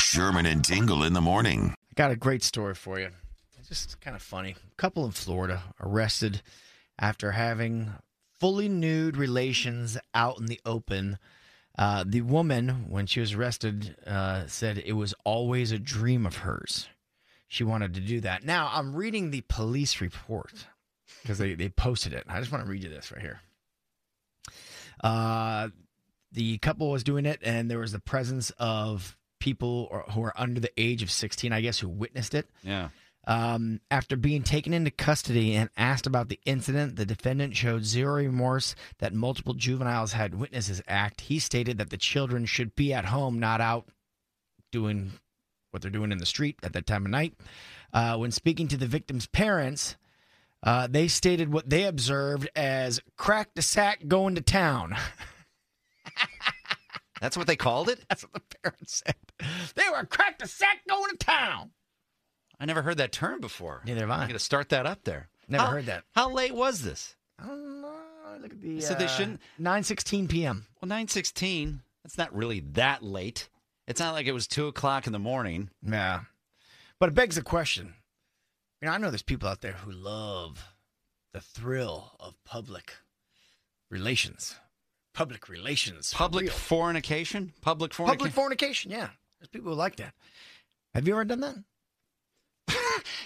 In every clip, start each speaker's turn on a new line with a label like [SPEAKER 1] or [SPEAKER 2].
[SPEAKER 1] Sherman and Tingle in the morning.
[SPEAKER 2] I got a great story for you. It's just kind of funny. couple in Florida arrested after having fully nude relations out in the open. Uh, the woman, when she was arrested, uh, said it was always a dream of hers. She wanted to do that. Now, I'm reading the police report because they, they posted it. I just want to read you this right here. Uh, the couple was doing it, and there was the presence of people or, who are under the age of 16, I guess, who witnessed it.
[SPEAKER 3] Yeah.
[SPEAKER 2] Um, after being taken into custody and asked about the incident, the defendant showed zero remorse that multiple juveniles had witnessed his act. He stated that the children should be at home, not out doing what they're doing in the street at that time of night. Uh, when speaking to the victim's parents, uh, they stated what they observed as crack the sack going to town.
[SPEAKER 4] That's what they called it?
[SPEAKER 2] That's what the parents said. They were crack the sack going to town.
[SPEAKER 4] I never heard that term before.
[SPEAKER 2] Neither have I.
[SPEAKER 4] I'm going to start that up there.
[SPEAKER 2] Never
[SPEAKER 4] How-
[SPEAKER 2] heard that.
[SPEAKER 4] How late was this?
[SPEAKER 2] I don't know. Look at the. uh,
[SPEAKER 4] So they shouldn't-
[SPEAKER 2] Nine sixteen p.m.
[SPEAKER 4] Well, 9.16, that's not really that late. It's not like it was 2 o'clock in the morning.
[SPEAKER 2] Yeah, but it begs the question. You know, I know there's people out there who love the thrill of public relations, public relations, for
[SPEAKER 4] Public
[SPEAKER 2] real.
[SPEAKER 4] fornication? Public fornication?
[SPEAKER 2] public fornication. Yeah, there's people who like that. Have you ever done that?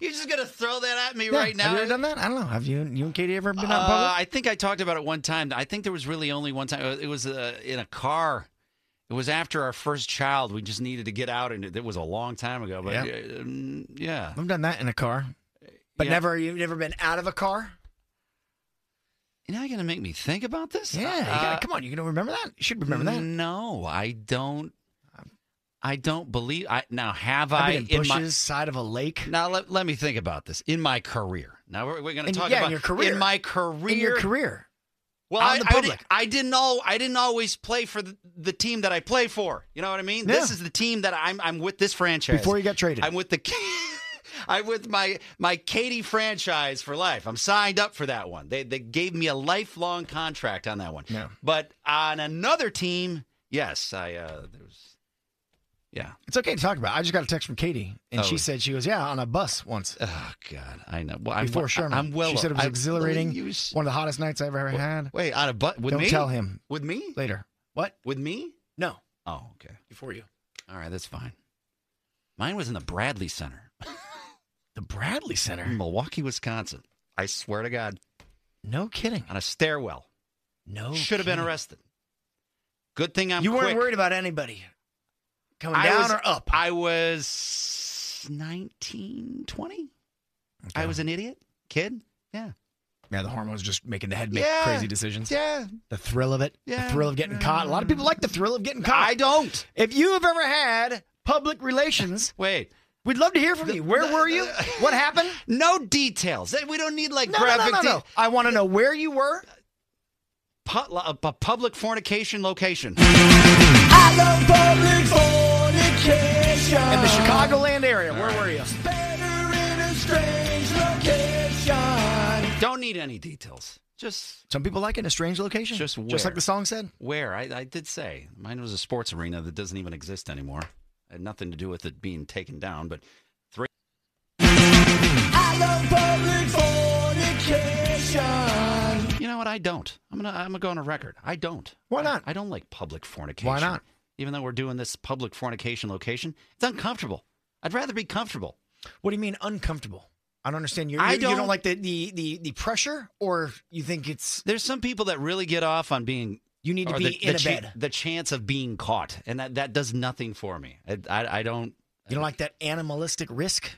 [SPEAKER 4] You're just going to throw that at me
[SPEAKER 2] Yeah.
[SPEAKER 4] right now?
[SPEAKER 2] Have you ever done that? I don't know. Have you, you and Katie ever been out in
[SPEAKER 4] Uh,
[SPEAKER 2] public?
[SPEAKER 4] I think I talked about it one time. I think there was really only one time. It was uh, in a car. It was after our first child. We just needed to get out, and it, it was a long time ago. But
[SPEAKER 2] Yeah.
[SPEAKER 4] uh, um, yeah,
[SPEAKER 2] I've done that in a car, but
[SPEAKER 4] Yeah.
[SPEAKER 2] never. You've never been out of a car.
[SPEAKER 4] You're not going to make me think about this. Uh,
[SPEAKER 2] Yeah, you gotta, come on. You gonna remember that? You should remember that.
[SPEAKER 4] No, I don't. I don't believe. I now have
[SPEAKER 2] I've
[SPEAKER 4] I
[SPEAKER 2] been in
[SPEAKER 4] in
[SPEAKER 2] bushes,
[SPEAKER 4] my-
[SPEAKER 2] side of a lake.
[SPEAKER 4] now let, let me think about this in my career. Now we're, we're going to
[SPEAKER 2] In-
[SPEAKER 4] talk
[SPEAKER 2] yeah, in
[SPEAKER 4] about
[SPEAKER 2] your career.
[SPEAKER 4] in my career.
[SPEAKER 2] In your career.
[SPEAKER 4] Well,
[SPEAKER 2] out
[SPEAKER 4] I,
[SPEAKER 2] in the
[SPEAKER 4] I di-
[SPEAKER 2] public.
[SPEAKER 4] I, didn't all. I didn't always play for the, the team that I play for. You know what I mean? This
[SPEAKER 2] Yeah.
[SPEAKER 4] is the team that I'm. I'm with this franchise.
[SPEAKER 2] Before you got traded.
[SPEAKER 4] I'm with the. I'm with my my Katie franchise for life. I'm signed up for that one. They they gave me a lifelong contract on that one.
[SPEAKER 2] Yeah.
[SPEAKER 4] But on another team, yes, I uh, there was. Yeah.
[SPEAKER 2] It's okay to talk about. I just got a text from Katie, and
[SPEAKER 4] Oh.
[SPEAKER 2] she said she was yeah on a bus once
[SPEAKER 4] Oh God, I know. Well, I'm,
[SPEAKER 2] before Sherman.
[SPEAKER 4] I'm well.
[SPEAKER 2] She said it was
[SPEAKER 4] I'm-
[SPEAKER 2] exhilarating.
[SPEAKER 4] you s-
[SPEAKER 2] One of the hottest nights I've ever had.
[SPEAKER 4] Wait, on a butt with
[SPEAKER 2] Don't
[SPEAKER 4] me?
[SPEAKER 2] tell him
[SPEAKER 4] With me?
[SPEAKER 2] later. What?
[SPEAKER 4] With me?
[SPEAKER 2] No,
[SPEAKER 4] Oh, okay.
[SPEAKER 2] before you.
[SPEAKER 4] All right, that's fine. Mine was in the Bradley Center,
[SPEAKER 2] The Bradley
[SPEAKER 4] in
[SPEAKER 2] Center.
[SPEAKER 4] Milwaukee, Wisconsin. I swear to God,
[SPEAKER 2] No kidding.
[SPEAKER 4] on a stairwell.
[SPEAKER 2] No.
[SPEAKER 4] Should have been
[SPEAKER 2] kidding.
[SPEAKER 4] arrested. Good thing I'm
[SPEAKER 2] you weren't
[SPEAKER 4] quick.
[SPEAKER 2] worried about anybody coming
[SPEAKER 4] I
[SPEAKER 2] down
[SPEAKER 4] was-
[SPEAKER 2] or up.
[SPEAKER 4] I was 19, 20. I
[SPEAKER 2] Okay.
[SPEAKER 4] was an idiot kid. Yeah.
[SPEAKER 2] yeah, the hormones just making the head make
[SPEAKER 4] Yeah.
[SPEAKER 2] crazy decisions.
[SPEAKER 4] Yeah.
[SPEAKER 2] The thrill of it.
[SPEAKER 4] Yeah.
[SPEAKER 2] The thrill of getting caught. A lot of people like the thrill of getting caught.
[SPEAKER 4] I don't.
[SPEAKER 2] If you have ever had public relations,
[SPEAKER 4] Wait.
[SPEAKER 2] we'd love to hear from you. Where were you? What happened?
[SPEAKER 4] No details. That- We don't need like
[SPEAKER 2] No, no, no,
[SPEAKER 4] graphic
[SPEAKER 2] no, no.
[SPEAKER 4] de-
[SPEAKER 2] I want to know where you were.
[SPEAKER 4] pu- a, a public fornication location.
[SPEAKER 2] In the Chicagoland area. Where were you?
[SPEAKER 4] don't need any details. Just
[SPEAKER 2] Some people like it in a strange location.
[SPEAKER 4] Just
[SPEAKER 2] Just
[SPEAKER 4] where?
[SPEAKER 2] like the song said.
[SPEAKER 4] Where? I, I did say. Mine was a sports arena that doesn't even exist anymore. had nothing to do with it being taken down, but three. You know what? I don't. I'm gonna I'm gonna go on a record. I don't.
[SPEAKER 2] Why not?
[SPEAKER 4] I, I don't like public fornication.
[SPEAKER 2] Why not?
[SPEAKER 4] Even though we're doing this public fornication location, it's uncomfortable. I'd rather be comfortable.
[SPEAKER 2] What do you mean uncomfortable? I don't understand. You,
[SPEAKER 4] I
[SPEAKER 2] you, you don't
[SPEAKER 4] don't-
[SPEAKER 2] like the, the, the, the pressure, or you think it's
[SPEAKER 4] There's some people that really get off on being
[SPEAKER 2] you need to
[SPEAKER 4] or
[SPEAKER 2] be
[SPEAKER 4] the,
[SPEAKER 2] in
[SPEAKER 4] the
[SPEAKER 2] a
[SPEAKER 4] cha-
[SPEAKER 2] bed.
[SPEAKER 4] the chance of being caught, and that that does nothing for me. I I, I don't.
[SPEAKER 2] You don't like that animalistic risk.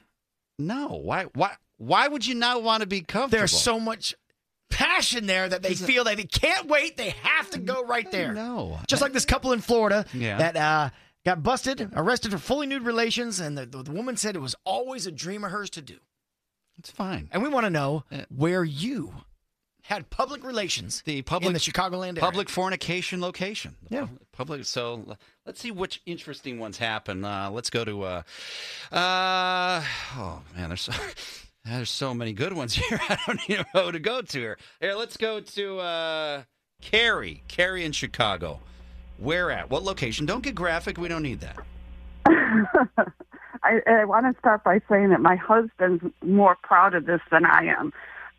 [SPEAKER 4] No. Why? Why? Why would you not want to be comfortable?
[SPEAKER 2] There's so much passion there that they feel that they can't wait. They have to go right there.
[SPEAKER 4] No.
[SPEAKER 2] Just like this couple in Florida
[SPEAKER 4] Yeah.
[SPEAKER 2] that uh, got busted, arrested for fully nude relations, and the, the woman said it was always a dream of hers to do.
[SPEAKER 4] It's fine.
[SPEAKER 2] And we want to know
[SPEAKER 4] Yeah.
[SPEAKER 2] where you had public relations
[SPEAKER 4] The
[SPEAKER 2] in
[SPEAKER 4] public
[SPEAKER 2] the Chicagoland area.
[SPEAKER 4] public fornication location. The
[SPEAKER 2] Yeah.
[SPEAKER 4] pub- Public. So l- let's see which interesting ones happen. Uh, let's go to. Uh, uh, oh man, there's so, there's so many good ones here. I don't even know who to go to here. Here, let's go to uh, Carrie. Carrie in Chicago. Where at? What location? Don't get graphic. We don't need that.
[SPEAKER 3] I, I want to start by saying that my husband's more proud of this than I am.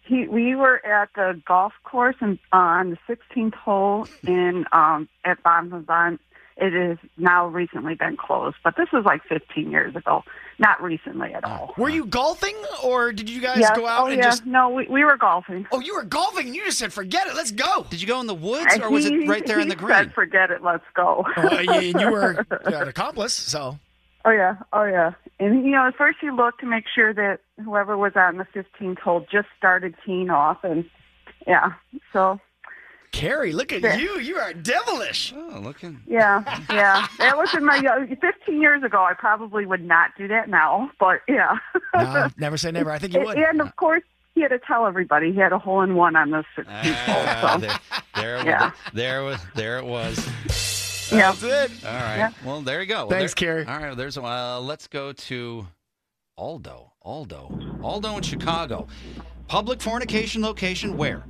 [SPEAKER 3] He, we were at the golf course and on the 16th hole in um, at Bon Vivant. It has now recently been closed, but this was like 15 years ago. Not recently at all.
[SPEAKER 2] Were you golfing, or did you guys
[SPEAKER 3] Yes.
[SPEAKER 2] go out
[SPEAKER 3] oh,
[SPEAKER 2] and
[SPEAKER 3] yeah.
[SPEAKER 2] just?
[SPEAKER 3] No, we, we were golfing.
[SPEAKER 2] Oh, you were golfing, and you just said, "Forget it, let's go."
[SPEAKER 4] Did you go in the woods,
[SPEAKER 3] And
[SPEAKER 4] or was it
[SPEAKER 3] he-
[SPEAKER 4] right there in the
[SPEAKER 3] he said,
[SPEAKER 4] green? Oh,
[SPEAKER 3] Forget it. Let's go.
[SPEAKER 2] Well, Uh, you, you were an accomplice, so
[SPEAKER 3] Oh yeah, oh yeah. And you know, at first you look to make sure that whoever was on the 15th hole just started teeing off, and yeah, so
[SPEAKER 2] Carrie, look at you. You are devilish.
[SPEAKER 4] Oh, looking.
[SPEAKER 3] yeah, yeah. That was in my young- 15 years ago. I probably would not do that now, but yeah.
[SPEAKER 2] No, never say never. I think you would.
[SPEAKER 3] and of course, he had to tell everybody he had a hole in one on the 16th hole.
[SPEAKER 4] Ah,
[SPEAKER 3] So
[SPEAKER 4] there, there, it
[SPEAKER 3] Yeah.
[SPEAKER 4] was, there, was, there it was.
[SPEAKER 3] yeah,
[SPEAKER 2] That's it.
[SPEAKER 4] All right.
[SPEAKER 3] Yeah.
[SPEAKER 4] Well, there you go. Well,
[SPEAKER 2] Thanks,
[SPEAKER 4] there-
[SPEAKER 2] Carrie.
[SPEAKER 4] All right. There's uh, let's go to Aldo. Aldo. Aldo in Chicago. Public fornication location where?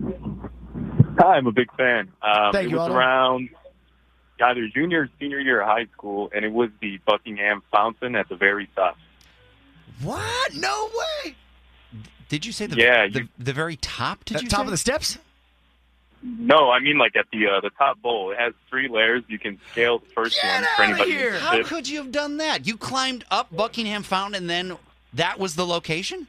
[SPEAKER 5] Hi, I'm a big fan. Um,
[SPEAKER 2] Thank
[SPEAKER 5] it
[SPEAKER 2] you,
[SPEAKER 5] was
[SPEAKER 2] Otto.
[SPEAKER 5] around either junior or senior year of high school, and it was the Buckingham Fountain at the very top.
[SPEAKER 2] What? No way.
[SPEAKER 4] Did you say the
[SPEAKER 5] Yeah,
[SPEAKER 4] the,
[SPEAKER 5] you-
[SPEAKER 4] the very top? Did
[SPEAKER 2] At
[SPEAKER 4] you
[SPEAKER 2] top
[SPEAKER 4] say?
[SPEAKER 2] of the steps?
[SPEAKER 5] No, I mean like at the uh, the top bowl. It has three layers. You can scale the first
[SPEAKER 2] Get
[SPEAKER 5] one for
[SPEAKER 2] outta
[SPEAKER 5] anybody
[SPEAKER 2] here.
[SPEAKER 4] How
[SPEAKER 5] interested.
[SPEAKER 4] could you have done that? You climbed up Buckingham Fountain, and then that was the location.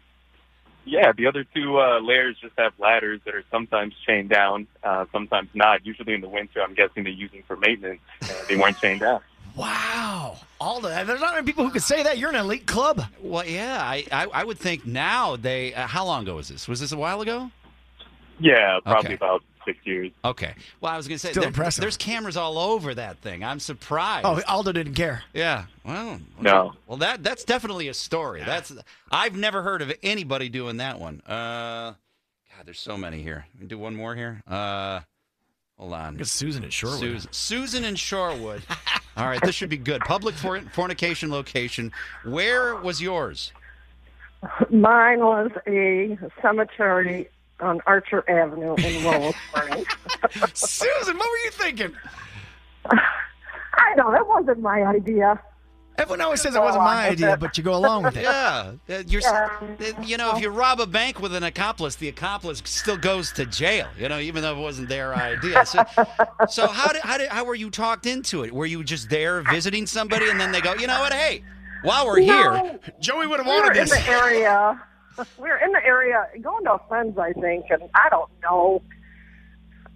[SPEAKER 5] Yeah, the other two uh, layers just have ladders that are sometimes chained down, uh, sometimes not. Usually in the winter, I'm guessing they use them for maintenance. Uh, they weren't chained down.
[SPEAKER 2] Wow. Aldo. There's not many people who could say that. You're an elite club.
[SPEAKER 4] Well, yeah. I I, I would think now they. Uh, how long ago was this? Was this a while ago?
[SPEAKER 5] Yeah, probably
[SPEAKER 4] Okay.
[SPEAKER 5] about six years.
[SPEAKER 4] Okay. Well, I was gonna say
[SPEAKER 2] Still
[SPEAKER 4] there-
[SPEAKER 2] impressive.
[SPEAKER 4] there's cameras all over that thing. I'm surprised.
[SPEAKER 2] Oh, Aldo didn't care.
[SPEAKER 4] Yeah. Well.
[SPEAKER 5] No.
[SPEAKER 4] Well, that that's definitely a story. That's I've never heard of anybody doing that one. Uh, God, there's so many here. We do one more here. Uh, hold on.
[SPEAKER 2] Look at Susan at Shorewood.
[SPEAKER 4] Susan, Susan in Shorewood. All right, this should be good. Public for, fornication location. Where was yours?
[SPEAKER 6] Mine was a cemetery on Archer Avenue in Lowell Springs.
[SPEAKER 2] Susan, what were you thinking?
[SPEAKER 6] I know that wasn't my idea.
[SPEAKER 2] Everyone always says it wasn't
[SPEAKER 6] Oh,
[SPEAKER 2] my idea, but you go along with it.
[SPEAKER 4] Yeah, uh, you're.
[SPEAKER 6] Um,
[SPEAKER 4] uh, You know, if you rob a bank with an accomplice, the accomplice still goes to jail. You know, even though it wasn't their idea. So, so how did, how did how were you talked into it? Were you just there visiting somebody, and then they go, you know what? Hey, while we're here,
[SPEAKER 6] No,
[SPEAKER 2] Joey would have
[SPEAKER 6] we were
[SPEAKER 2] wanted
[SPEAKER 6] in
[SPEAKER 2] this.
[SPEAKER 6] the area. We were in the area going to a friend's, I think, and I don't know.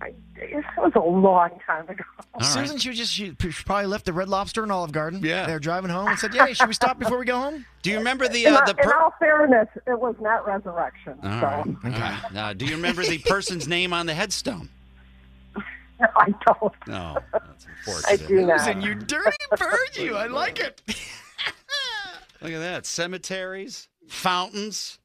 [SPEAKER 6] I, it was a long time ago.
[SPEAKER 4] All right.
[SPEAKER 2] Susan, she was just she probably left the Red Lobster and Olive Garden.
[SPEAKER 4] Yeah.
[SPEAKER 2] they were driving home and said, "Yeah, should we stop before we go home?"
[SPEAKER 4] do you remember the
[SPEAKER 6] In,
[SPEAKER 4] uh,
[SPEAKER 6] all-
[SPEAKER 4] the
[SPEAKER 6] in
[SPEAKER 4] per-
[SPEAKER 6] all fairness, it was not resurrection.
[SPEAKER 4] All
[SPEAKER 6] so
[SPEAKER 4] right. All right. Uh, do you remember the person's name on the headstone?
[SPEAKER 6] I don't.
[SPEAKER 4] No, that's
[SPEAKER 6] I
[SPEAKER 4] unfortunate.
[SPEAKER 6] do not.
[SPEAKER 2] Susan, you dirty bird, you! I like it.
[SPEAKER 4] Look at that: cemeteries, fountains,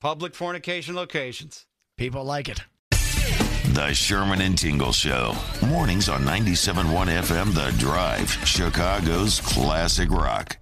[SPEAKER 4] public fornication locations.
[SPEAKER 2] People like it.
[SPEAKER 1] The Sherman and Tingle Show. Mornings on 97.1 FM The Drive, Chicago's classic rock.